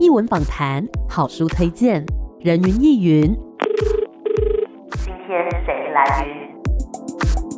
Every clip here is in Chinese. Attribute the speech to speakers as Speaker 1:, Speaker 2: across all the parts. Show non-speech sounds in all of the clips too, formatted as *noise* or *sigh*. Speaker 1: 译文访谈、好书推荐、人云亦云。
Speaker 2: 今天谁来云？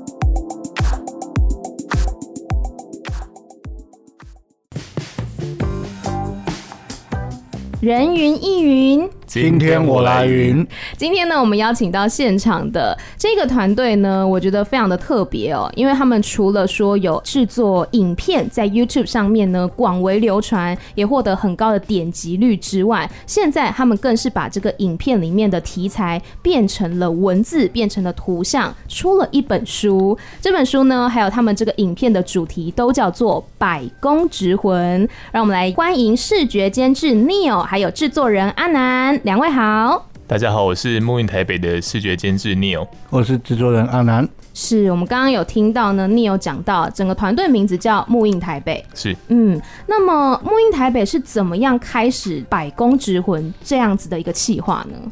Speaker 3: 人云亦云。
Speaker 4: 今天我来云，
Speaker 3: 今天呢，我们邀请到现场的这个团队呢，我觉得非常的特别哦，因为他们除了说有制作影片在 YouTube 上面呢广为流传，也获得很高的点击率之外，现在他们更是把这个影片里面的题材变成了文字，变成了图像，出了一本书。这本书呢，还有他们这个影片的主题都叫做《百工之魂》。让我们来欢迎视觉监制 Neil，还有制作人阿南，两位好。
Speaker 5: 大家好，我是木印台北的视觉监制 Neil。
Speaker 4: 我是制作人阿南。
Speaker 3: 是我们刚刚有听到呢，Neil 讲到整个团队名字叫木印台北。
Speaker 5: 是
Speaker 3: 嗯，那么木印台北是怎么样开始百工之魂这样子的一个企划呢？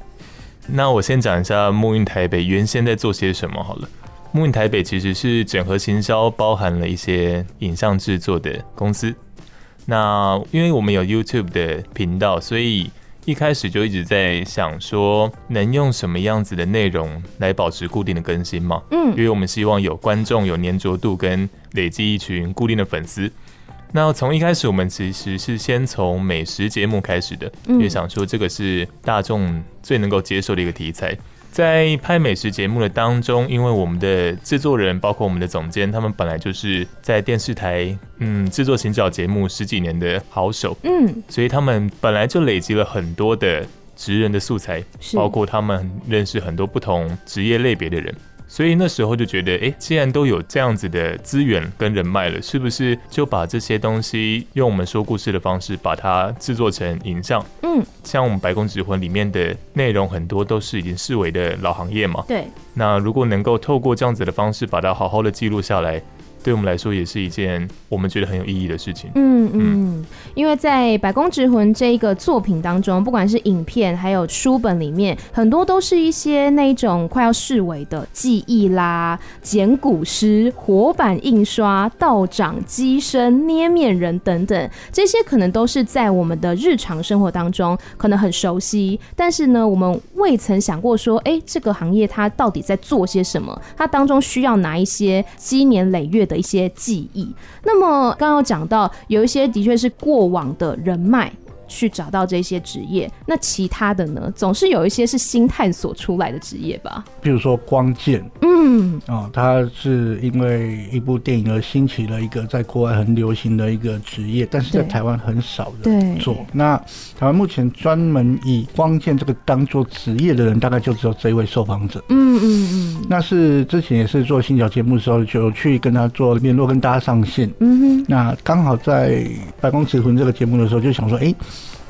Speaker 5: 那我先讲一下木印台北原先在做些什么好了。木印台北其实是整合行销，包含了一些影像制作的公司。那因为我们有 YouTube 的频道，所以一开始就一直在想说，能用什么样子的内容来保持固定的更新嘛？因
Speaker 3: 嗯
Speaker 5: 为我们希望有观众有粘着度跟累积一群固定的粉丝。那从一开始，我们其实是先从美食节目开始的，
Speaker 3: 嗯
Speaker 5: 因为想说这个是大众最能够接受的一个题材。在拍美食节目的当中，因为我们的制作人包括我们的总监，他们本来就是在电视台嗯制作行脚节目十几年的好手，
Speaker 3: 嗯，
Speaker 5: 所以他们本来就累积了很多的职人的素材，
Speaker 3: 是
Speaker 5: 包括他们认识很多不同职业类别的人。所以那时候就觉得，诶，既然都有这样子的资源跟人脉了，是不是就把这些东西用我们说故事的方式，把它制作成影像？
Speaker 3: 嗯，
Speaker 5: 像我们《白宫之魂》里面的内容，很多都是已经视为的老行业嘛。
Speaker 3: 对，
Speaker 5: 那如果能够透过这样子的方式，把它好好的记录下来，对我们来说也是一件我们觉得很有意义的事情。
Speaker 3: 嗯嗯，因为在《百工之魂》这一个作品当中，不管是影片还有书本里面，很多都是一些那一种快要视为的记忆啦、简古诗、活版印刷、道长、机身、捏面人等等，这些可能都是在我们的日常生活当中可能很熟悉，但是呢，我们未曾想过说，哎，这个行业它到底在做些什么？它当中需要哪一些积年累月的一些记忆？那么刚刚有讲到，有一些的确是过往的人脉去找到这些职业，那其他的呢，总是有一些是新探索出来的职业吧？
Speaker 4: 譬如说光剑
Speaker 3: 嗯，
Speaker 4: 啊、它是因为一部电影而兴起了一个在国外很流行的一个职业，但是在
Speaker 3: 对
Speaker 4: 台湾很少
Speaker 3: 对
Speaker 4: 人做。那台湾目前专门以光剑这个当做职业的人，大概就只有这一位受访者。
Speaker 3: 嗯嗯嗯，
Speaker 4: 那是之前也是做新角节目的时候，就去跟他做联络，跟大家上线。
Speaker 3: 嗯哼，
Speaker 4: 那刚好在《白宫之魂》这个节目的时候，就想说，哎、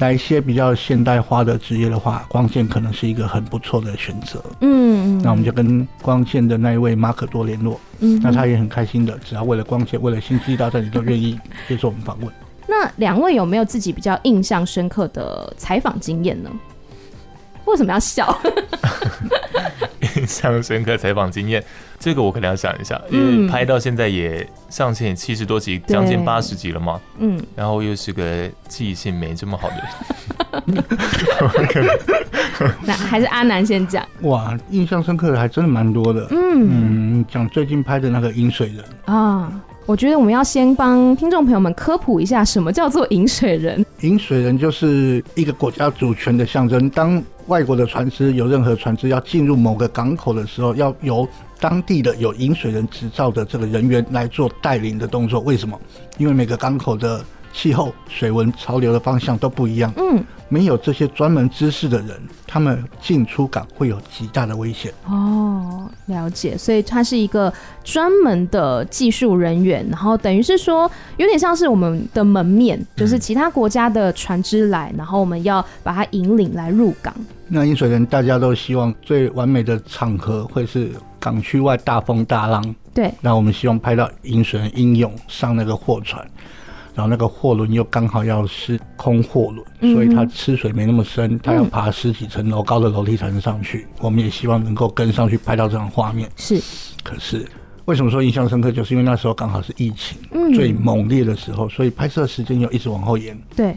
Speaker 4: 来一些比较现代化的职业的话，光线可能是一个很不错的选择。
Speaker 3: 嗯嗯，
Speaker 4: 那我们就跟光线的那一位马可多联络，
Speaker 3: 嗯哼
Speaker 4: 那他也很开心的，只要为了光线，为了星际大战，你都愿意接受我们访问。
Speaker 3: 那两位有没有自己比较印象深刻的采访经验呢？为什么要笑？ *laughs*
Speaker 5: *laughs* 印象深刻采访经验，这个我可能要想一下，因
Speaker 3: 嗯
Speaker 5: 为拍到现在也上线七十多集，将近八十集了嘛，
Speaker 3: 嗯，
Speaker 5: 然后又是个记忆性没这么好的
Speaker 3: *laughs*
Speaker 5: 人，
Speaker 3: 那还是阿南先讲。
Speaker 4: 哇，印象深刻的还真的蛮多的。
Speaker 3: 嗯
Speaker 4: 嗯，讲最近拍的那个《饮水人》，
Speaker 3: 啊，我觉得我们要先帮听众朋友们科普一下，什么叫做饮水人。
Speaker 4: 饮水人就是一个国家主权的象征。当外国的船只有任何船只要进入某个港口的时候，要由当地的有饮水人执照的这个人员来做带领的动作。为什么？因为每个港口的气候、水文、潮流的方向都不一样，
Speaker 3: 嗯，
Speaker 4: 没有这些专门知识的人，他们进出港会有极大的危险。
Speaker 3: 哦，了解，所以他是一个专门的技术人员，然后等于是说，有点像是我们的门面，就是其他国家的船只来，然后我们要把它引领来入港。
Speaker 4: 那饮水人大家都希望最完美的场合会是港区外大风大浪，
Speaker 3: 对，
Speaker 4: 那我们希望拍到银水英勇上那个货船，然后那个货轮又刚好要是空
Speaker 3: 嗯哼
Speaker 4: 货
Speaker 3: 嗯
Speaker 4: 轮，所以它吃水没那么深，它要爬十几层楼高的楼梯才能上去。我们也希望能够跟上去拍到这样的画面。
Speaker 3: 是，
Speaker 4: 可是为什么说印象深刻，就是因为那时候刚好是疫情
Speaker 3: 嗯
Speaker 4: 最猛烈的时候，所以拍摄时间又一直往后延。
Speaker 3: 对，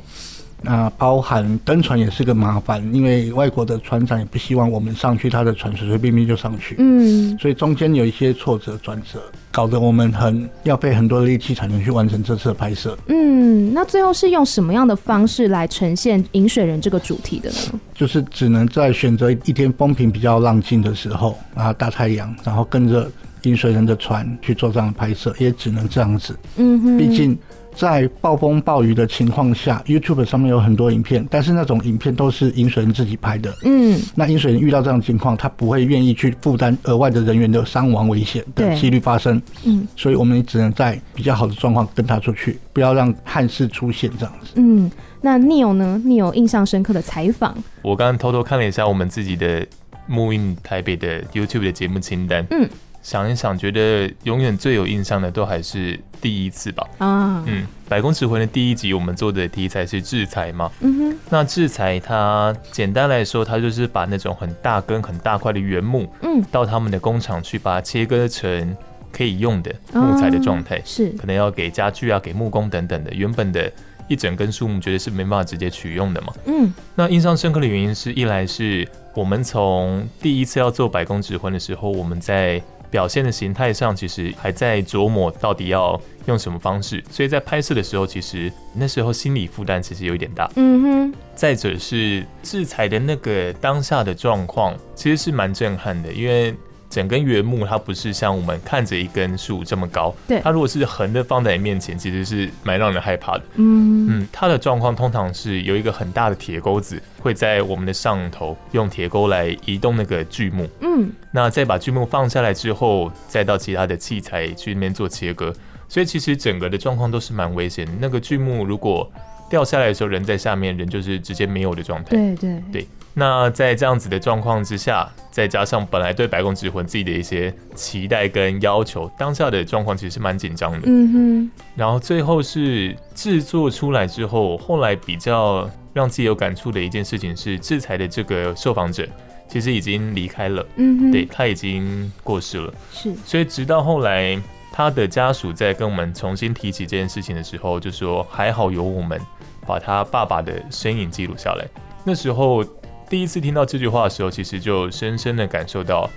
Speaker 4: 那包含登船也是个麻烦，因为外国的船长也不希望我们上去他的船随随便便就上去，
Speaker 3: 嗯，
Speaker 4: 所以中间有一些挫折转折，搞得我们很要费很多的力气才能去完成这次的拍摄。
Speaker 3: 嗯，那最后是用什么样的方式来呈现饮水人这个主题的呢？
Speaker 4: 就是只能在选择一天风平比较浪静的时候，然后大太阳，然后跟着饮水人的船去做这样的拍摄，也只能这样子。
Speaker 3: 嗯哼，
Speaker 4: 毕竟在暴风暴雨的情况下，YouTube 上面有很多影片，但是那种影片都是饮水人自己拍的。
Speaker 3: 嗯，
Speaker 4: 那饮水人遇到这样的情况，他不会愿意去负担额外的人员的伤亡危险的
Speaker 3: 对
Speaker 4: 几率发生。
Speaker 3: 嗯，
Speaker 4: 所以我们只能在比较好的状况跟他出去，不要让憾事出现这样子。
Speaker 3: 嗯，那 Neil 呢？Neil 印象深刻的采访，
Speaker 5: 我刚刚偷偷看了一下我们自己的木印台北的 YouTube 的节目清单，
Speaker 3: 嗯，
Speaker 5: 想一想，觉得永远最有印象的都还是第一次吧。
Speaker 3: 啊，
Speaker 5: 嗯，百工十魂的第一集我们做的题材是制裁嘛？
Speaker 3: 嗯哼，
Speaker 5: 那制裁它简单来说，它就是把那种很大根很大块的原木
Speaker 3: 嗯，
Speaker 5: 到他们的工厂去把它切割成可以用的木材的状态，
Speaker 3: 是，
Speaker 5: 可能要给家具啊、给木工等等的。原本的一整根树木绝对是没办法直接取用的嘛。
Speaker 3: 嗯
Speaker 5: 那印象深刻的原因是，一来是我们从第一次要做百工指婚的时候，我们在表现的形态上其实还在琢磨到底要用什么方式，所以在拍摄的时候，其实那时候心理负担其实有一点大。
Speaker 3: 嗯哼，
Speaker 5: 再者是制裁的那个当下的状况，其实是蛮震撼的，因为整根原木它不是像我们看着一根树这么高，
Speaker 3: 对
Speaker 5: 它如果是横的放在你面前，其实是蛮让人害怕的。
Speaker 3: 嗯
Speaker 5: 嗯，它的状况通常是有一个很大的铁钩子会在我们的上头用铁钩来移动那个锯木，
Speaker 3: 嗯
Speaker 5: 那再把锯木放下来之后，再到其他的器材去那边做切割，所以其实整个的状况都是蛮危险的。那个锯木如果掉下来的时候，人在下面，人就是直接没有的状态。
Speaker 3: 对对，
Speaker 5: 那在这样子的状况之下，再加上本来对白宫之魂自己的一些期待跟要求，当下的状况其实是蛮紧张的。
Speaker 3: 嗯
Speaker 5: 然后最后是制作出来之后，后来比较让自己有感触的一件事情是，制裁的这个受访者其实已经离开了，
Speaker 3: 哼，嗯哼，
Speaker 5: 对，他已经过世了，
Speaker 3: 是，
Speaker 5: 所以直到后来。他的家属在跟我们重新提起这件事情的时候，就说还好有我们把他爸爸的身影记录下来。那时候第一次听到这句话的时候，其实就深深的感受到，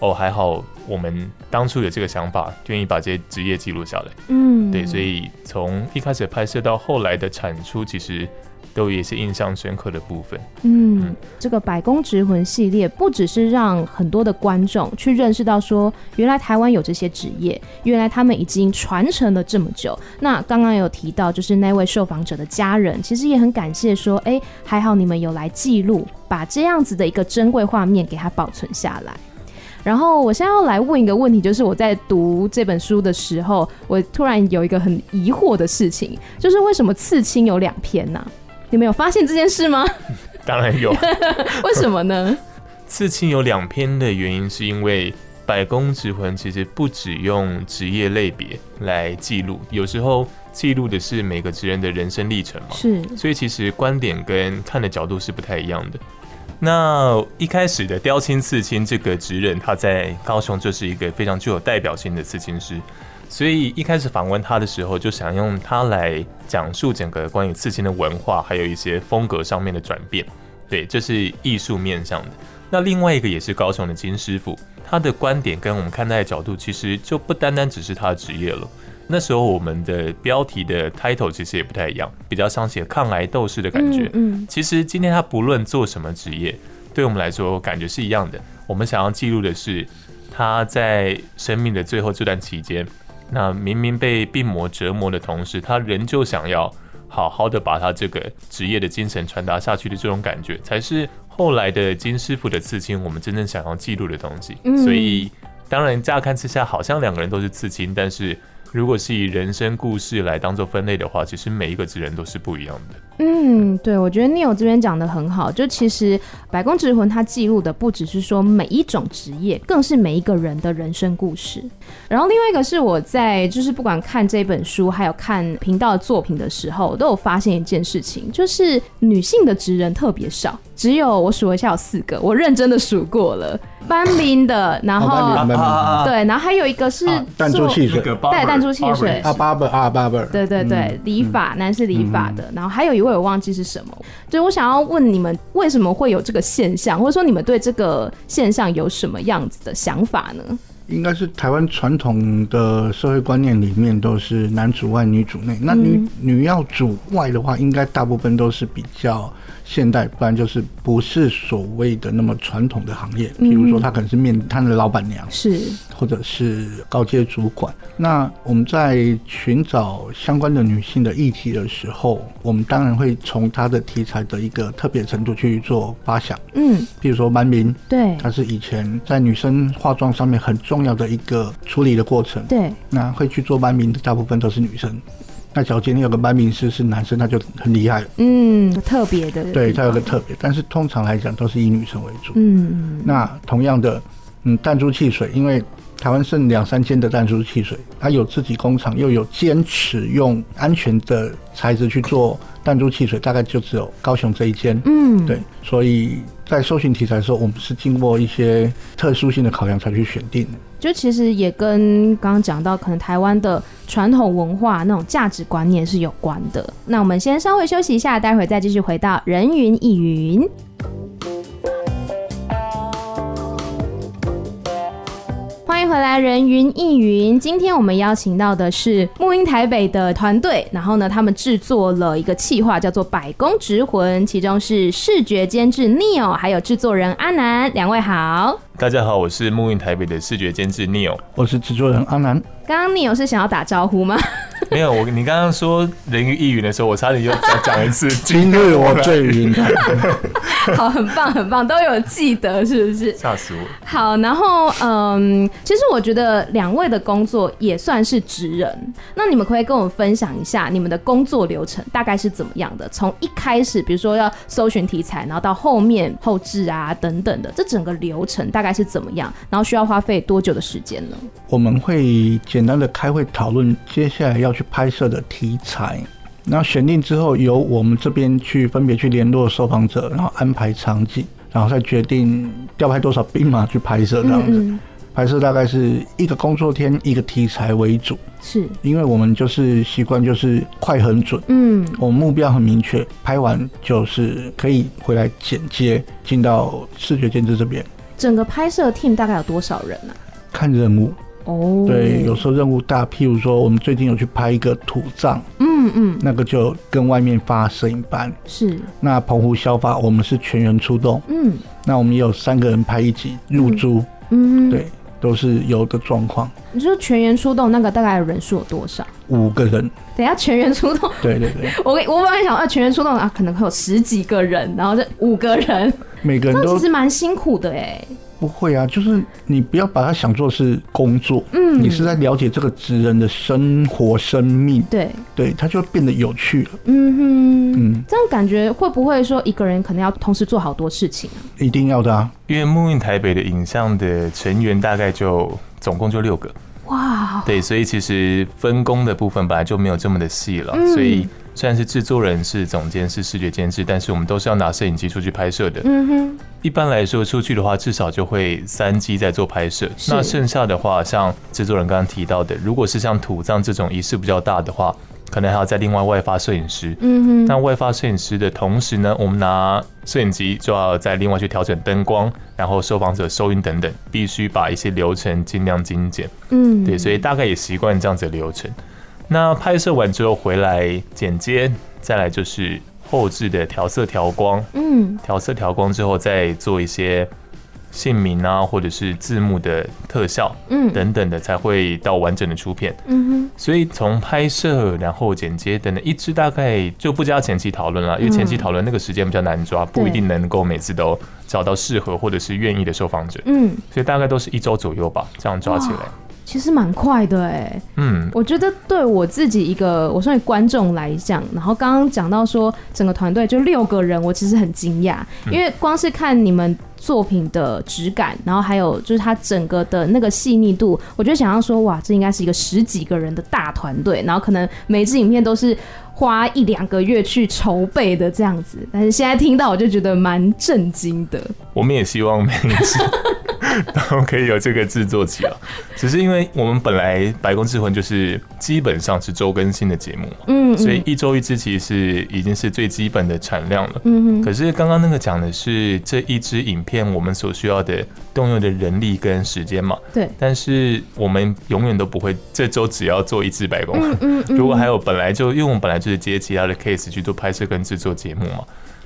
Speaker 5: 哦，还好我们当初有这个想法，愿意把这些职业记录下来。
Speaker 3: 嗯，
Speaker 5: 对，所以从一开始拍摄到后来的产出，其实都也是印象深刻的部分。
Speaker 3: 嗯
Speaker 5: 嗯，
Speaker 3: 这个《百工之魂》系列不只是让很多的观众去认识到说，原来台湾有这些职业，原来他们已经传承了这么久。那刚刚有提到，就是那位受访者的家人，其实也很感谢说，哎、还好你们有来记录，把这样子的一个珍贵画面给它保存下来。然后我现在要来问一个问题，就是我在读这本书的时候，我突然有一个很疑惑的事情，就是为什么刺青有两篇呢、你们有发现这件事吗？
Speaker 5: 当然有
Speaker 3: 为什么呢？
Speaker 5: 刺青有两篇的原因，是因为《百工之魂》其实不只用职业类别来记录，有时候记录的是每个职人的人生历程嘛。
Speaker 3: 是，
Speaker 5: 所以其实观点跟看的角度是不太一样的。那一开始的雕青刺青这个职人，他在高雄就是一个非常具有代表性的刺青师，所以一开始访问他的时候，就想用他来讲述整个关于刺青的文化，还有一些风格上面的转变。对，这是艺术面上的。那另外一个也是高雄的金师傅，他的观点跟我们看待的角度，其实就不单单只是他的职业了。那时候我们的标题的 title 其实也不太一样，比较像写抗癌斗士的感觉。
Speaker 3: 嗯
Speaker 5: 其实今天他不论做什么职业，对我们来说感觉是一样的。我们想要记录的是他在生命的最后这段期间，那明明被病魔折磨的同时，他仍旧想要好好的把他这个职业的精神传达下去的这种感觉，才是后来的金师傅的刺青，我们真正想要记录的东西。
Speaker 3: 嗯
Speaker 5: 所以，当然乍看之下好像两个人都是刺青，但是。如果是以人生故事来当做分类的话，其实每一个职人都是不一样的。
Speaker 3: 嗯，对，我觉得 Neil 这边讲的很好，就其实《百工之魂》它记录的不只是说每一种职业，更是每一个人的人生故事。然后另外一个是我在就是不管看这本书，还有看频道的作品的时候，都有发现一件事情，就是女性的职人特别少，只有我数了一下有四个，我认真的数过了，搬冰的，然
Speaker 4: 好
Speaker 3: 后
Speaker 4: 班。啊
Speaker 3: 对，然后还有一个是
Speaker 5: 啊
Speaker 4: 弹珠
Speaker 3: 做
Speaker 4: 汽水，
Speaker 3: 对弹珠汽水
Speaker 4: 啊阿巴伯阿巴伯，嗯
Speaker 3: 对对对，理发、男士理发的，然后还有一位我也忘记是什么。对我想要问你们，为什么会有这个现象，或者说你们对这个现象有什么样子的想法呢？
Speaker 4: 应该是台湾传统的社会观念里面都是男主外女主内，那女、
Speaker 3: 嗯
Speaker 4: 女要主外的话，应该大部分都是比较现代，不然就是不是所谓的那么传统的行业，
Speaker 3: 嗯
Speaker 4: 比如说她可能是面摊的老板娘，
Speaker 3: 是，
Speaker 4: 或者是高阶主管。那我们在寻找相关的女性的议题的时候，我们当然会从她的题材的一个特别程度去做发想，
Speaker 3: 嗯，
Speaker 4: 譬如说蛮民，
Speaker 3: 对，
Speaker 4: 它是以前在女生化妆上面很重要的一个处理的过程。
Speaker 3: 对，
Speaker 4: 那会去做班名的大部分都是女生。那假如今天有个班名师是男生，那就很厉害了。
Speaker 3: 嗯，特别的，
Speaker 4: 对，他有个特别，但是通常来讲都是以女生为主。
Speaker 3: 嗯，
Speaker 4: 那同样的，嗯，弹珠汽水，因为台湾剩两三间的弹珠汽水，它有自己工厂，又有坚持用安全的材质去做弹珠汽水，大概就只有高雄这一间。
Speaker 3: 嗯，
Speaker 4: 对，所以在搜寻题材的时候，我们是经过一些特殊性的考量才去选定的。
Speaker 3: 就其实也跟刚刚讲到，可能台湾的传统文化那种价值观念是有关的。那我们先稍微休息一下，待会再继续回到人云亦云。欢迎回来，人云亦云。今天我们邀请到的是木英台北的团队，然后呢，他们制作了一个企划，叫做《百工之魂》，其中是视觉监制 Neo，还有制作人阿南，两位好。
Speaker 5: 大家好，我是木运台北的视觉监制 Neil。
Speaker 4: 我是制作人阿南，
Speaker 3: 刚刚 Neo 是想要打招呼吗？
Speaker 5: 没有我，你刚刚说人云亦云的时候，我差点又再讲一次。
Speaker 4: 今日我最云台，
Speaker 3: *laughs* 好，很棒，很棒，都有记得，是不是？
Speaker 5: *laughs* 吓死我！
Speaker 3: 好，然后嗯，其实我觉得两位的工作也算是职人，那你们可不可以跟我们分享一下你们的工作流程大概是怎么样的？从一开始，比如说要搜寻题材，然后到后面后置啊等等的，这整个流程大概是怎么样？然后需要花费多久的时间呢？
Speaker 4: 我们会简单的开会讨论接下来要去拍摄的题材。那选定之后，由我们这边去分别去联络受访者，然后安排场景，然后再决定调派多少兵马去拍摄这样子。
Speaker 3: 嗯，
Speaker 4: 拍摄大概是一个工作天一个题材为主，
Speaker 3: 是，
Speaker 4: 因为我们就是习惯就是快很准。
Speaker 3: 嗯
Speaker 4: 我们目标很明确，拍完就是可以回来剪接，进到视觉监制这边
Speaker 3: 整个拍摄 team 大概有多少人啊呢、
Speaker 4: 看任务。
Speaker 3: 哦，
Speaker 4: 对，有时候任务大，譬如说我们最近有去拍一个土葬，
Speaker 3: 嗯嗯，
Speaker 4: 那个就跟外面发摄影班。
Speaker 3: 是，
Speaker 4: 那澎湖消发，我们是全员出动，
Speaker 3: 嗯
Speaker 4: 那我们也有三个人拍一集入租，
Speaker 3: 嗯，
Speaker 4: 对，都是有的状况，
Speaker 3: 你说全员出动那个大概人数有多少？
Speaker 4: 五个人，
Speaker 3: 等一下全员出动， *laughs*
Speaker 4: 对对对，
Speaker 3: 我我本来想啊，全员出动啊，可能会有十几个人，然后这五个人，
Speaker 4: 每个人
Speaker 3: 那
Speaker 4: 都
Speaker 3: 其实蛮辛苦的哎。
Speaker 4: 不会啊，就是你不要把它想做是工作，
Speaker 3: 嗯
Speaker 4: 你是在了解这个职人的生活、生命，
Speaker 3: 对，
Speaker 4: 对，它就变得有趣了。
Speaker 3: 嗯哼，
Speaker 4: 嗯，
Speaker 3: 这样感觉会不会说一个人可能要同时做好多事情啊？
Speaker 4: 一定要的啊。
Speaker 5: 因为木运台北的影像的成员大概就总共就六个，
Speaker 3: 哇，
Speaker 5: 对，所以其实分工的部分本来就没有这么的细了，
Speaker 3: 嗯
Speaker 5: 所以虽然是制作人是总监是视觉监制，但是我们都是要拿摄影机出去拍摄的。
Speaker 3: 嗯哼，
Speaker 5: 一般来说出去的话，至少就会三机在做拍摄。
Speaker 3: 是
Speaker 5: 那剩下的话，像制作人刚刚提到的，如果是像土葬这种仪式比较大的话，可能还要再另外外发摄影师。
Speaker 3: 嗯
Speaker 5: 那
Speaker 3: 哼，
Speaker 5: 外发摄影师的同时呢，我们拿摄影机就要再另外去调整灯光，然后受访者收音等等，必须把一些流程尽量精简。
Speaker 3: 嗯，
Speaker 5: 对，所以大概也习惯这样子的流程。那拍摄完之后回来剪接，再来就是后置的调色、调光，
Speaker 3: 嗯，
Speaker 5: 调色、调光之后再做一些姓名啊，或者是字幕的特效，
Speaker 3: 嗯
Speaker 5: 等等的，才会到完整的出片。
Speaker 3: 嗯
Speaker 5: 所以从拍摄，然后剪接等等，一支大概就不加前期讨论了，因为
Speaker 3: 嗯
Speaker 5: 前期讨论那个时间比较难抓，不一定能够每次都找到适合或者是愿意的受访者
Speaker 3: 哼，，嗯，
Speaker 5: 所以大概都是一周左右吧，这样抓起来
Speaker 3: 哇。其实蛮快的哎。
Speaker 5: 嗯，
Speaker 3: 我觉得对我自己一个我算是观众来讲，然后刚刚讲到说整个团队就六个人，我其实很惊讶，
Speaker 5: 嗯
Speaker 3: 因为光是看你们作品的质感，然后还有就是它整个的那个细腻度，我就想要说哇，这应该是一个十几个人的大团队，然后可能每一支影片都是花一两个月去筹备的这样子，但是现在听到我就觉得蛮震惊的。
Speaker 5: 我们也希望每一次 *laughs* 然后可以有这个制作期了。只是因为我们本来《白宫之魂》就是基本上是周更新的节目嘛，
Speaker 3: 嗯
Speaker 5: 所以一周一支其实是已经是最基本的产量了。
Speaker 3: 嗯
Speaker 5: 可是刚刚那个讲的是这一支影片我们所需要的动用的人力跟时间嘛，
Speaker 3: 对，
Speaker 5: 但是我们永远都不会这周只要做一支白宫。
Speaker 3: 嗯嗯嗯，
Speaker 5: 如果还有本来就因为我们本来就是接其他的 case 去做拍摄跟制作节目嘛，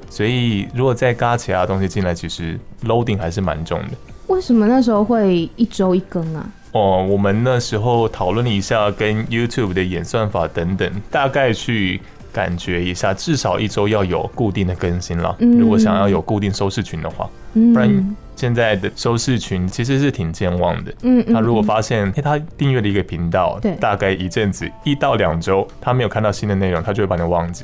Speaker 5: 所以如果再嘎其他东西进来，其实 loading 还是蛮重的。
Speaker 3: 为什么那时候会一周一更啊？
Speaker 5: 哦，我们那时候讨论了一下跟 YouTube 的演算法等等，大概去感觉一下，至少一周要有固定的更新了。
Speaker 3: 嗯
Speaker 5: 如果想要有固定收视群的话，
Speaker 3: 嗯
Speaker 5: 不然现在的收视群其实是挺健忘的。
Speaker 3: 嗯嗯，
Speaker 5: 他如果发现，诶他订阅了一个频道
Speaker 3: 对，
Speaker 5: 大概一阵子一到两周，他没有看到新的内容，他就会把你忘记。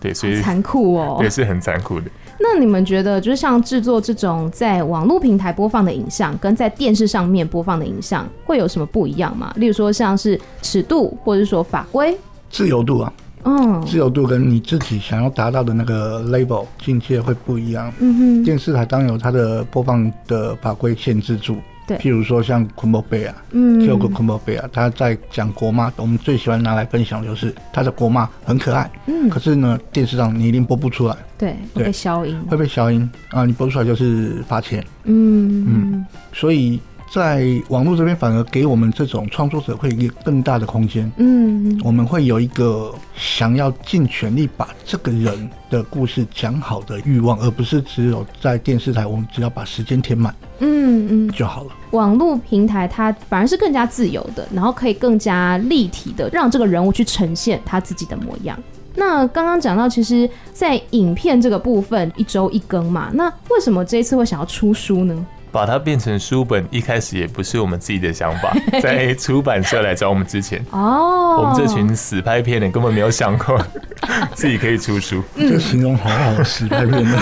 Speaker 5: 对，所以
Speaker 3: 残酷哦
Speaker 5: 也。是很残酷的。
Speaker 3: 那你们觉得，就是像制作这种在网络平台播放的影像，跟在电视上面播放的影像，会有什么不一样吗？例如说，像是尺度，或者是说法规，
Speaker 4: 自由度啊，
Speaker 3: 嗯
Speaker 4: 自由度跟你自己想要达到的那个 label 境界会不一样。
Speaker 3: 嗯哼，
Speaker 4: 电视台当然有它的播放的法规限制住，
Speaker 3: 对
Speaker 4: 譬如说像昆博贝啊，
Speaker 3: 嗯，
Speaker 4: 就个昆博贝啊，他在讲国骂，我们最喜欢拿来分享就是他的国骂很可爱，
Speaker 3: 嗯
Speaker 4: 可是呢，电视上你一定播不出来，
Speaker 3: 对，会
Speaker 4: 对
Speaker 3: 被消音，
Speaker 4: 会被消音啊，你播出来就是罚钱，
Speaker 3: 嗯
Speaker 4: 所以在网络这边反而给我们这种创作者会有一个更大的空间。
Speaker 3: 嗯
Speaker 4: 我们会有一个想要尽全力把这个人的故事讲好的欲望，而不是只有在电视台，我们只要把时间填满
Speaker 3: 嗯嗯，
Speaker 4: 就好了。
Speaker 3: 网络平台它反而是更加自由的，然后可以更加立体的让这个人物去呈现他自己的模样。那刚刚讲到，其实，在影片这个部分一周一更嘛，那为什么这一次会想要出书呢？
Speaker 5: 把它变成书本，一开始也不是我们自己的想
Speaker 3: *laughs*
Speaker 5: 法，在出版社来找我们之前，
Speaker 3: 哦，
Speaker 5: 我们这群死拍片的根本没有想过 *laughs* 自己可以出书。
Speaker 4: 这个形容好好，实在面的。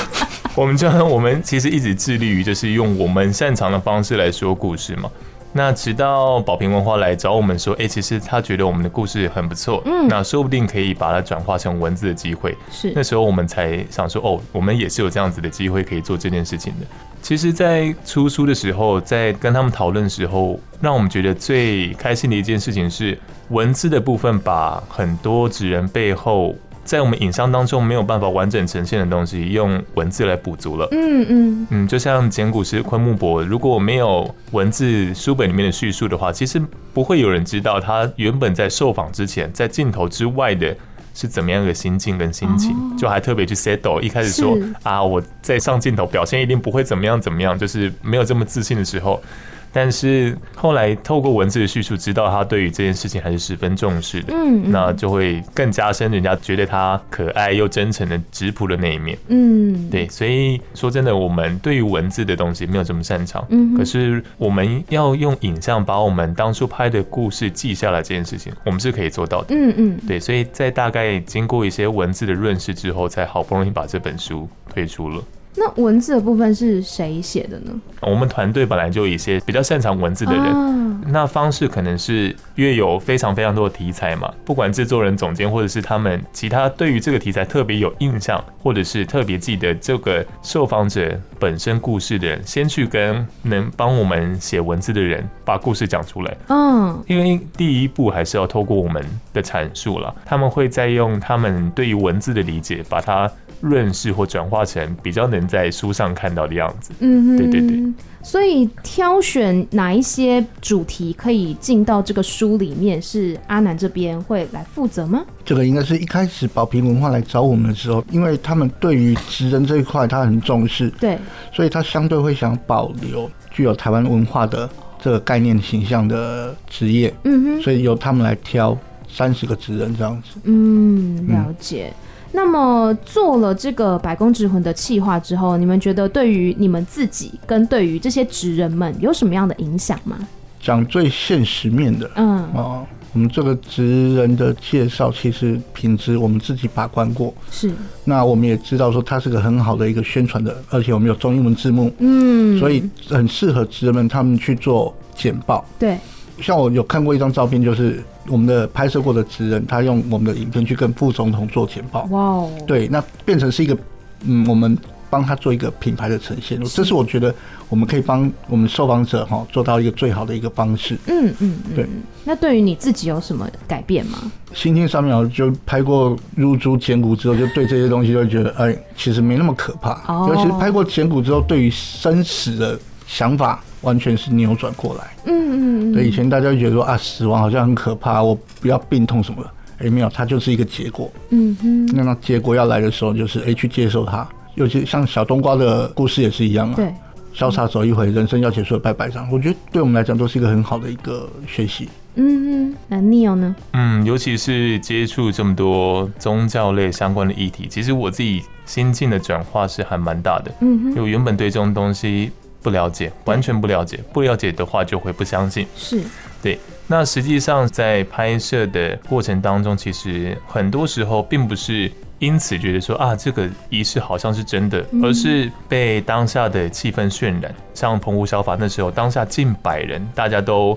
Speaker 5: 我们就我们其实一直致力于就是用我们擅长的方式来说故事嘛。那直到宝瓶文化来找我们说，哎、其实他觉得我们的故事很不错，
Speaker 3: 嗯
Speaker 5: 那说不定可以把它转化成文字的机会。
Speaker 3: 是
Speaker 5: 那时候我们才想说，哦，我们也是有这样子的机会可以做这件事情的。其实，在出书的时候，在跟他们讨论的时候，让我们觉得最开心的一件事情是，文字的部分把很多纸人背后在我们影像当中没有办法完整呈现的东西，用文字来补足了。
Speaker 3: 嗯嗯
Speaker 5: 嗯，就像简古诗昆木博，如果没有文字书本里面的叙述的话，其实不会有人知道他原本在受访之前，在镜头之外的是怎么样的心境跟心情。
Speaker 3: 哦
Speaker 5: 就还特别去 settle，一开始说
Speaker 3: 是
Speaker 5: 啊，我在上镜头表现一定不会怎么样怎么样，就是没有这么自信的时候。但是后来透过文字的叙述，知道他对于这件事情还是十分重视的。
Speaker 3: 嗯嗯
Speaker 5: 那就会更加深人家觉得他可爱又真诚的质朴的那一面。
Speaker 3: 嗯，
Speaker 5: 对，所以说真的，我们对于文字的东西没有这么擅长。
Speaker 3: 嗯哼
Speaker 5: 可是我们要用影像把我们当初拍的故事记下来这件事情，我们是可以做到的。
Speaker 3: 嗯嗯，
Speaker 5: 对，所以在大概经过一些文字的润饰之后，才好不容易把这本书推出了。
Speaker 3: 那文字的部分是谁写的呢？
Speaker 5: 我们团队本来就有一些比较擅长文字的人，
Speaker 3: 啊，
Speaker 5: 那方式可能是因为有非常非常多的题材嘛，不管制作人、总监或者是他们其他对于这个题材特别有印象，或者是特别记得这个受访者本身故事的人，先去跟能帮我们写文字的人把故事讲出来。
Speaker 3: 嗯
Speaker 5: 因为第一步还是要透过我们的阐述了，他们会再用他们对于文字的理解，把它润饰或转化成比较能在书上看到的样子。
Speaker 3: 嗯，
Speaker 5: 对对对。
Speaker 3: 所以挑选哪一些主题可以进到这个书里面，是阿南这边会来负责吗？
Speaker 4: 这个应该是一开始宝瓶文化来找我们的时候，因为他们对于职人这一块他很重视，
Speaker 3: 对，
Speaker 4: 所以他相对会想保留具有台湾文化的这个概念形象的职业，
Speaker 3: 嗯哼，
Speaker 4: 所以由他们来挑三十个职人这样子。
Speaker 3: 嗯，了解。那么做了这个《百工之魂》的企划之后，你们觉得对于你们自己跟对于这些职人们有什么样的影响吗？
Speaker 4: 讲最现实面的，
Speaker 3: 嗯，
Speaker 4: 哦，我们这个职人的介绍，其实品质我们自己把关过，
Speaker 3: 是，
Speaker 4: 那我们也知道说它是个很好的一个宣传的，而且我们有中英文字幕，
Speaker 3: 嗯，
Speaker 4: 所以很适合职人们他们去做简报。
Speaker 3: 对，
Speaker 4: 像我有看过一张照片，就是我们的拍摄过的职人，他用我们的影片去跟副总统做简报，
Speaker 3: 哇哦，
Speaker 4: 对，那变成是一个嗯我们。帮他做一个品牌的呈现。这是我觉得我们可以帮我们受访者哈、做到一个最好的一个方式。
Speaker 3: 嗯嗯嗯，
Speaker 4: 对。
Speaker 3: 那对于你自己有什么改变吗？
Speaker 4: 星星三秒就拍过入珠简骨之后，就对这些东西就觉得，哎，其实没那么可怕。
Speaker 3: 哦
Speaker 4: 尤其是拍过简骨之后，对于生死的想法完全是扭转过来。
Speaker 3: 嗯嗯嗯，
Speaker 4: 对，以前大家就觉得说啊，死亡好像很可怕，我不要病痛什么的。哎，没有，它就是一个结果。
Speaker 3: 嗯哼，
Speaker 4: 那那结果要来的时候，就是哎去接受它。尤其像小冬瓜的故事也是一样啊，
Speaker 3: 对，
Speaker 4: 潇洒走一回，人生要结束了，拜拜上。我觉得对我们来讲都是一个很好的一个学习。
Speaker 3: 嗯嗯。那 Neil 呢？
Speaker 5: 嗯，尤其是接触这么多宗教类相关的议题，其实我自己心境的转化是还蛮大的。
Speaker 3: 嗯哼
Speaker 5: 因为我原本对这种东西不了解，完全不了解，不了解的话就会不相信。
Speaker 3: 是，
Speaker 5: 对，那实际上在拍摄的过程当中，其实很多时候并不是因此觉得说啊，这个仪式好像是真的，而是被当下的气氛渲染。像澎湖小法那时候，当下近百人，大家都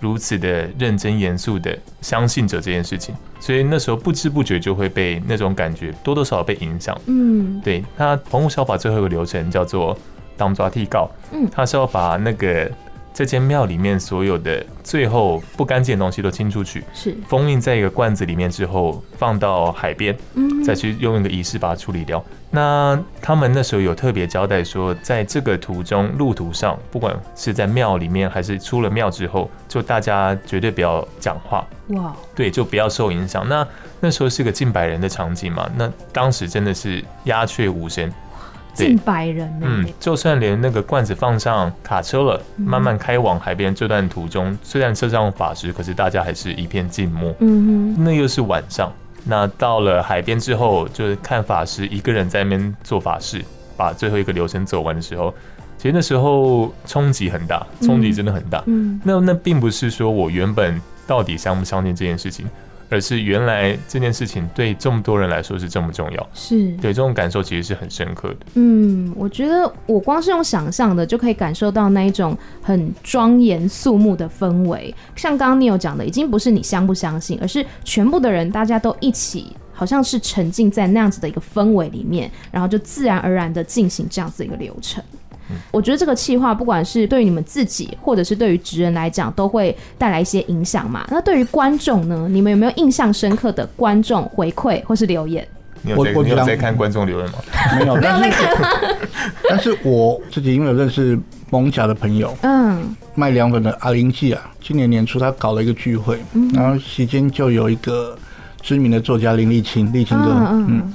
Speaker 5: 如此的认真严肃的相信着这件事情，所以那时候不知不觉就会被那种感觉多多少少被影响。
Speaker 3: 嗯
Speaker 5: 对，那澎湖小法最后一个流程叫做当抓替告，
Speaker 3: 嗯
Speaker 5: 它是要把那个这间庙里面所有的最后不干净的东西都清出去，
Speaker 3: 是，
Speaker 5: 封印在一个罐子里面之后，放到海边，
Speaker 3: 嗯
Speaker 5: 再去用一个仪式把它处理掉。那他们那时候有特别交代说，在这个途中路途上，不管是在庙里面还是出了庙之后，就大家绝对不要讲话，
Speaker 3: 哇，
Speaker 5: 对，就不要受影响。那那时候是个近百人的场景嘛，那当时真的是鸦雀无声。对
Speaker 3: 近百人呢、
Speaker 5: 嗯，就算连那个罐子放上卡车了，慢慢开往海边这段途中，虽然车上法师，可是大家还是一片静默。
Speaker 3: 嗯
Speaker 5: 那又是晚上，那到了海边之后，就是看法师一个人在那边做法事，把最后一个流程走完的时候，其实那时候冲击很大，冲击真的很大。
Speaker 3: 嗯
Speaker 5: 那那并不是说我原本到底相不相信这件事情，而是原来这件事情对这么多人来说是这么重要。
Speaker 3: 是，
Speaker 5: 对，这种感受其实是很深刻的。
Speaker 3: 嗯，我觉得我光是用想象的就可以感受到那一种很庄严肃穆的氛围。像刚刚你有讲的，已经不是你相不相信，而是全部的人大家都一起，好像是沉浸在那样子的一个氛围里面，然后就自然而然的进行这样子的一个流程。我觉得这个企划，不管是对于你们自己，或者是对于职人来讲，都会带来一些影响嘛。那对于观众呢，你们有没有印象深刻的观众回馈或是留言？
Speaker 5: 你
Speaker 4: 我我觉
Speaker 5: 你有
Speaker 4: 得
Speaker 5: 在看观众留言吗？
Speaker 4: *laughs* 没有，但是 *laughs* 但是我自己因为有认识蒙甲的朋友，
Speaker 3: 嗯，
Speaker 4: 卖凉粉的阿林记啊，今年年初他搞了一个聚会，然后期间就有一个知名的作家林立清，立清哥，
Speaker 3: 嗯嗯
Speaker 4: 嗯，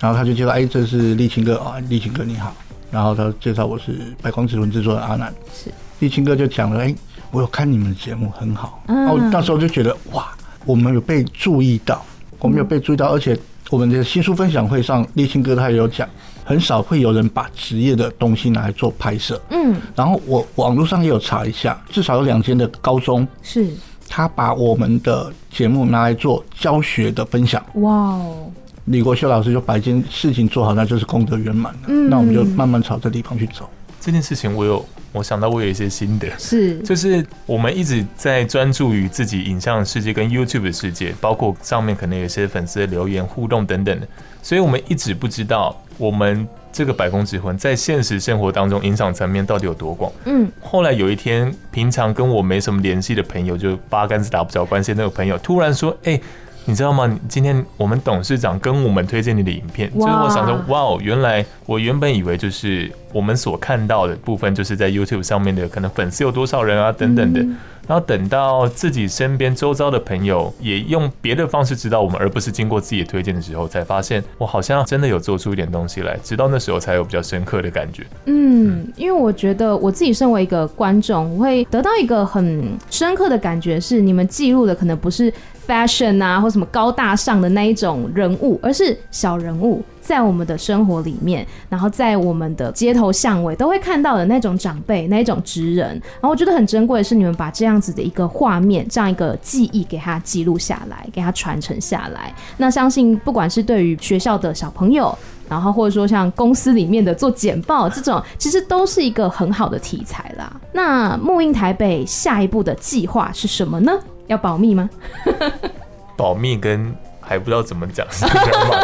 Speaker 4: 然后他就介绍，哎，这是立清哥啊，立清哥你好，然后他介绍我是白光之魂制作的阿南，
Speaker 3: 是
Speaker 4: 立清哥就讲了，哎，我有看你们节目很好，
Speaker 3: 嗯
Speaker 4: 然后那时候就觉得哇，我们有被注意到，我们有被注意到，而且我们的新书分享会上，立清哥他也有讲，很少会有人把职业的东西拿来做拍摄，
Speaker 3: 嗯，
Speaker 4: 然后我网络上也有查一下，至少有两间的高中，
Speaker 3: 是，
Speaker 4: 他把我们的节目拿来做教学的分享。
Speaker 3: 哇哦。
Speaker 4: 李国修老师就把一件事情做好，那就是功德圆满了。
Speaker 3: 嗯
Speaker 4: 那我们就慢慢朝这地方去走。
Speaker 5: 这件事情我有，我想到我有一些心得，
Speaker 3: 是，
Speaker 5: 就是我们一直在专注于自己影像世界跟 YouTube 的世界，包括上面可能有些粉丝的留言互动等等的，所以我们一直不知道我们这个百工之魂在现实生活当中影响层面到底有多广。
Speaker 3: 嗯，
Speaker 5: 后来有一天，平常跟我没什么联系的朋友，就八竿子打不着关系的那个朋友，突然说：“哎、你知道吗？今天我们董事长跟我们推荐你的影片。”就是
Speaker 3: 哇
Speaker 5: 我想说，哇哦，原来我原本以为就是我们所看到的部分，就是在 YouTube 上面的可能粉丝有多少人啊等等的。然后等到自己身边周遭的朋友也用别的方式知道我们，而不是经过自己的推荐的时候，才发现我好像真的有做出一点东西来。直到那时候才有比较深刻的感觉。
Speaker 3: 嗯，因为我觉得我自己身为一个观众，我会得到一个很深刻的感觉是，你们记录的可能不是 fashion 啊或什么高大上的那一种人物，而是小人物在我们的生活里面，然后在我们的街头巷尾都会看到的那种长辈、那一种职人。然后我觉得很珍贵的是，你们把这样子的一个画面、这样一个记忆给它记录下来，给它传承下来。那相信不管是对于学校的小朋友，然后或者说像公司里面的做简报这种，其实都是一个很好的题材啦。那木印台北下一步的计划是什么呢？要保密吗？ *laughs* *laughs*
Speaker 5: 保密跟还不知道怎么讲，是这样吧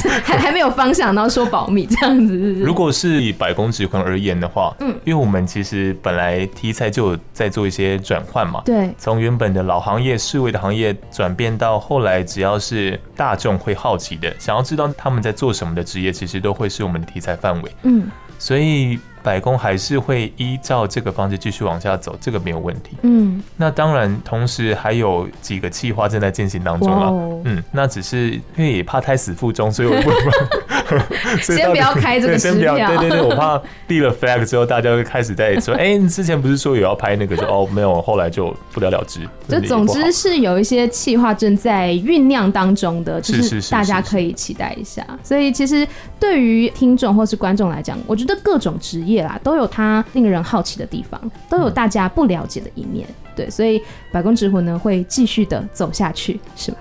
Speaker 3: 还还还没有方向，然后说保密这样子是不是
Speaker 5: 如果是以百工指魂而言的话，
Speaker 3: 嗯
Speaker 5: 因为我们其实本来题材就有在做一些转换嘛，
Speaker 3: 对，
Speaker 5: 从原本的老行业、侍卫的行业转变到后来，只要是大众会好奇的，想要知道他们在做什么的职业，其实都会是我们的题材范围。
Speaker 3: 嗯
Speaker 5: 所以百工还是会依照这个方式继续往下走，这个没有问题。
Speaker 3: 嗯，
Speaker 5: 那当然，同时还有几个计划正在进行当中
Speaker 3: 哇
Speaker 5: 啦。
Speaker 3: 哦
Speaker 5: 嗯，那只是因为也怕胎死腹中，所以我不 *laughs* 所以
Speaker 3: 先
Speaker 5: 到
Speaker 3: 不
Speaker 5: 底
Speaker 3: 要开这个
Speaker 5: 对先不要
Speaker 3: 支票
Speaker 5: 对对对，我怕立了 flag 之后，大家会开始在说，哎、你之前不是说有要拍那个？说哦，没有，后来就不了了之。
Speaker 3: 就
Speaker 5: 也不
Speaker 3: 总
Speaker 5: 好
Speaker 3: 之是有一些企划正在酝酿当中的，就是
Speaker 5: 是
Speaker 3: 是
Speaker 5: 是
Speaker 3: 大家
Speaker 5: 是
Speaker 3: 可以期待一下。所以其实对于听众或是观众来讲，我觉得各种职业啦都有它令人好奇的地方，都
Speaker 5: 嗯
Speaker 3: 有大家不了解的一面。对，所以百工之魂呢会继续的走下去，是吧？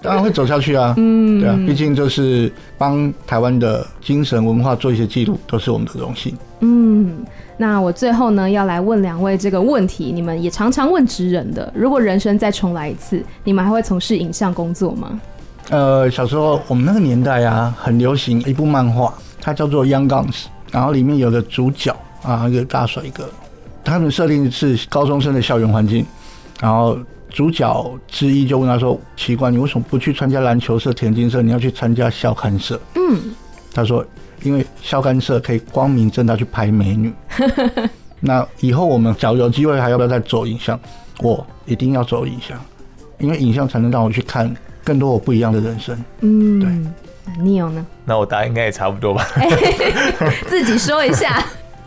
Speaker 4: 当然会走下去啊，
Speaker 3: 嗯，
Speaker 4: 对啊，毕竟就是帮台湾的精神文化做一些记录，都是我们的荣幸。
Speaker 3: 嗯，那我最后呢要来问两位这个问题，你们也常常问职人的，如果人生再重来一次，你们还会从事影像工作吗？
Speaker 4: 呃，小时候我们那个年代啊，很流行一部漫画，它叫做《Young Guns》，然后里面有个主角啊，一个大帅哥，他们设定是高中生的校园环境，然后主角之一就问他说：“奇怪，你为什么不去参加篮球社、田径社，你要去参加校刊社？”
Speaker 3: 嗯，
Speaker 4: 他说：“因为校刊社可以光明正大去拍美女。那以后我们假如有机会，还要不要再走影像？我一定要走影像，因为影像才能让我去看更多我不一样的人生。
Speaker 3: 嗯，
Speaker 4: 对
Speaker 3: 那 Neil 呢？
Speaker 5: 那我答应应该也差不多吧。
Speaker 3: 自己说一下。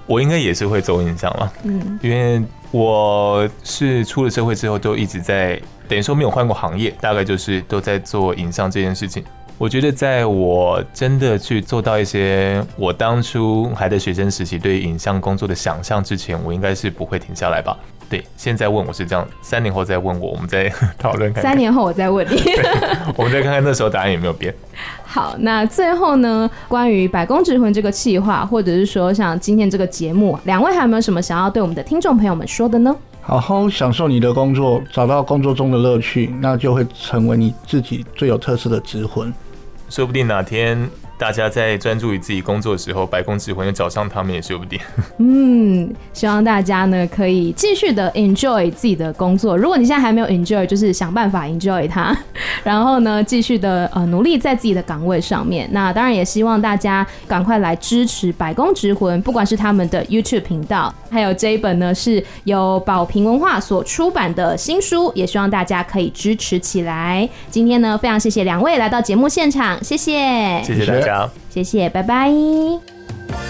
Speaker 5: 我应该也是会走影像了，
Speaker 3: 嗯
Speaker 5: 因为我是出了社会之后都一直在，等于说没有换过行业，大概就是都在做影像这件事情。我觉得在我真的去做到一些我当初还在学生时期对影像工作的想象之前，我应该是不会停下来吧。对，现在问我是这样，三年后再问我，我们再讨论看看。
Speaker 3: 三，年后我再问你。
Speaker 5: 我们再看看那时候答案有没有变。
Speaker 3: *laughs* 好，那最后呢，关于《百工之魂》这个企划，或者是说像今天这个节目，两位还有没有什么想要对我们的听众朋友们说的呢？
Speaker 4: 好好享受你的工作，找到工作中的乐趣，那就会成为你自己最有特色的职魂。
Speaker 5: 说不定哪天大家在专注于自己工作的时候，白宫指魂又找上他们也说不定。
Speaker 3: 嗯，希望大家呢可以继续的 enjoy 自己的工作。如果你现在还没有 enjoy，就是想办法 enjoy 它， *laughs* 然后呢继续的呃努力在自己的岗位上面。那当然也希望大家赶快来支持百工之魂，不管是他们的 YouTube 频道，还有这一本呢是由宝瓶文化所出版的新书，也希望大家可以支持起来。今天呢非常谢谢两位来到节目现场，谢谢，
Speaker 5: 谢谢大家。
Speaker 3: 谢谢，拜拜。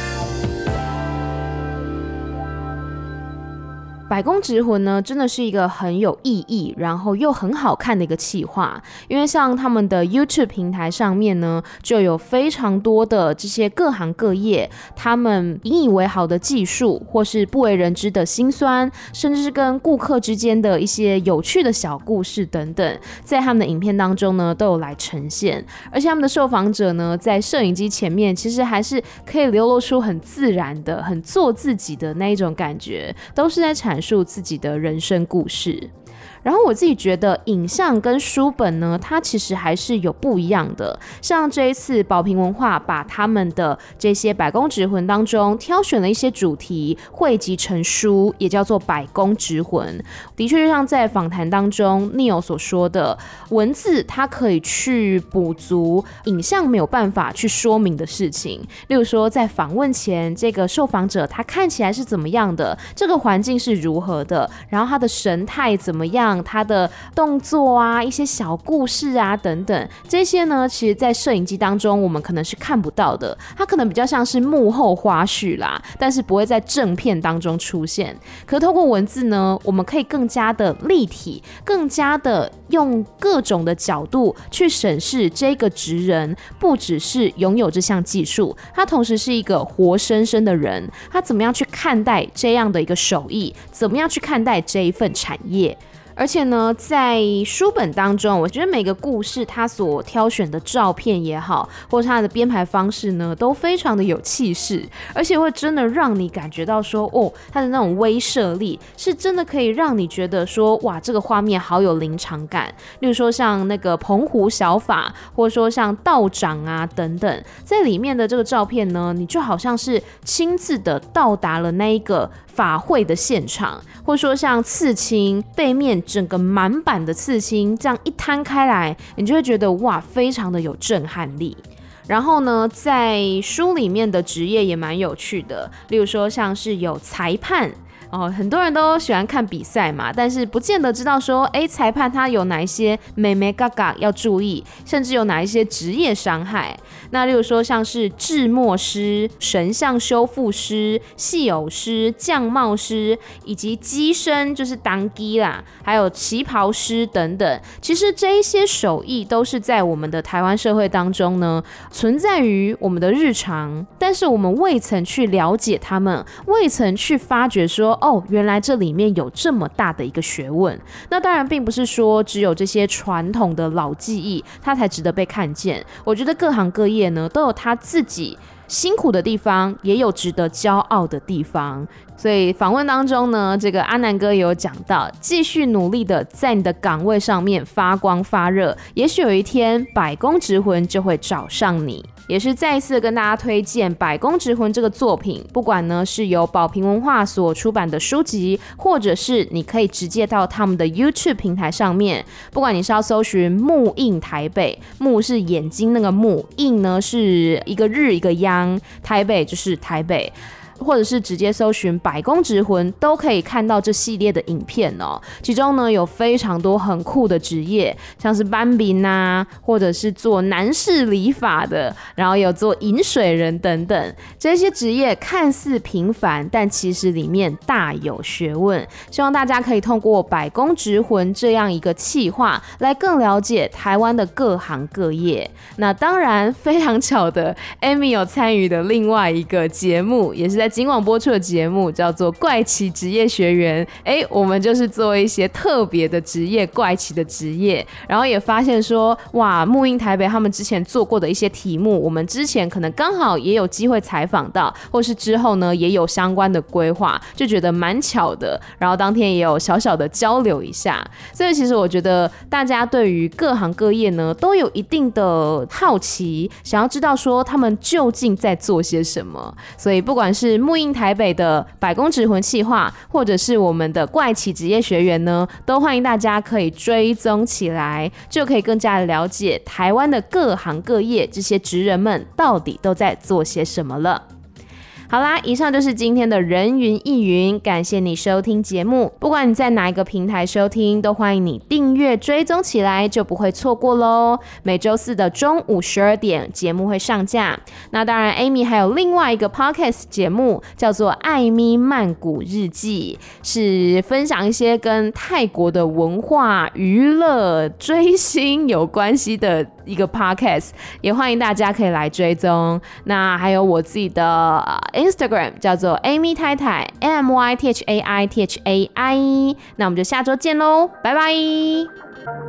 Speaker 3: 百工之魂呢，真的是一个很有意义，然后又很好看的一个企划。因为像他们的 YouTube 平台上面呢，就有非常多的这些各行各业他们引以为豪的技术，或是不为人知的辛酸，甚至是跟顾客之间的一些有趣的小故事等等，在他们的影片当中呢，都有来呈现。而且他们的受访者呢，在摄影机前面，其实还是可以流露出很自然的、很做自己的那一种感觉，都是在阐述自己的人生故事。然后我自己觉得影像跟书本呢，它其实还是有不一样的。像这一次宝瓶文化把他们的这些百工之魂当中挑选了一些主题，汇集成书，也叫做百工之魂。的确，就像在访谈当中 Neil 所说的，文字它可以去补足影像没有办法去说明的事情，例如说在访问前，这个受访者他看起来是怎么样的，这个环境是如何的，然后他的神态怎么样，他的动作啊，一些小故事啊等等，这些呢，其实在摄影机当中我们可能是看不到的，它可能比较像是幕后花絮啦，但是不会在正片当中出现。可透过文字呢，我们可以更加的立体，更加的用各种的角度去审视这个职人，不只是拥有这项技术，他同时是一个活生生的人，他怎么样去看待这样的一个手艺，怎么样去看待这一份产业。而且呢，在书本当中，我觉得每个故事它所挑选的照片也好，或是它的编排方式呢，都非常的有气势，而且会真的让你感觉到说，哦，它的那种威慑力是真的可以让你觉得说，哇，这个画面好有临场感。例如说像那个澎湖小法，或者说像道长啊等等，在里面的这个照片呢，你就好像是亲自的到达了那一个法会的现场，或者说像刺青背面整个满版的刺青，这样一摊开来，你就会觉得哇，非常的有震撼力。然后呢，在书里面的职业也蛮有趣的，例如说像是有裁判。哦，很多人都喜欢看比赛嘛，但是不见得知道说，哎，裁判他有哪一些美眉嘎嘎要注意，甚至有哪一些职业伤害。那例如说像是制墨师、神像修复师、戏偶师、酱帽师，以及机身就是当机啦，还有旗袍师等等。其实这一些手艺都是在我们的台湾社会当中呢，存在于我们的日常，但是我们未曾去了解他们，未曾去发掘说，哦，原来这里面有这么大的一个学问。那当然，并不是说只有这些传统的老技艺，它才值得被看见。我觉得各行各业呢，都有它自己辛苦的地方，也有值得骄傲的地方。所以访问当中呢，这个阿南哥也有讲到，继续努力的在你的岗位上面发光发热，也许有一天百工之魂就会找上你。也是再一次跟大家推荐《百工之魂》这个作品，不管呢是由宝瓶文化所出版的书籍，或者是你可以直接到他们的 YouTube 平台上面，不管你是要搜寻“木印台北”，木是眼睛那个木，印呢是一个日一个央，台北就是台北。或者是直接搜寻“百工之魂”，都可以看到这系列的影片哦。其中呢有非常多很酷的职业，像是斑比呐，或者是做男士理发的，然后有做饮水人等等。这些职业看似平凡，但其实里面大有学问。希望大家可以通过“百工之魂”这样一个企划，来更了解台湾的各行各业。那当然，非常巧的，Amy 有参与的另外一个节目，也是在今晚播出的节目，叫做《怪奇职业学员》。哎，我们就是做一些特别的职业、怪奇的职业，然后也发现说，哇，木印台北他们之前做过的一些题目，我们之前可能刚好也有机会采访到，或是之后呢也有相关的规划，就觉得蛮巧的。然后当天也有小小的交流一下，所以其实我觉得大家对于各行各业呢都有一定的好奇，想要知道说他们究竟在做些什么。所以不管是木印台北的百工职魂企划，或者是我们的怪奇职业学员呢，都欢迎大家可以追踪起来，就可以更加了解台湾的各行各业这些职人们到底都在做些什么了。好啦，以上就是今天的人云亦云，感谢你收听节目。不管你在哪一个平台收听，都欢迎你订阅追踪起来，就不会错过喽。每周四的中午十二点，节目会上架。那当然，Amy 还有另外一个 podcast 节目，叫做《艾咪曼谷日记》，是分享一些跟泰国的文化、娱乐、追星有关系的一个 podcast，也欢迎大家可以来追踪。那还有我自己的、呃 Instagram 叫做 Amy 太太 M Y T H A I T H A I E。那我们就下周见喽，拜拜。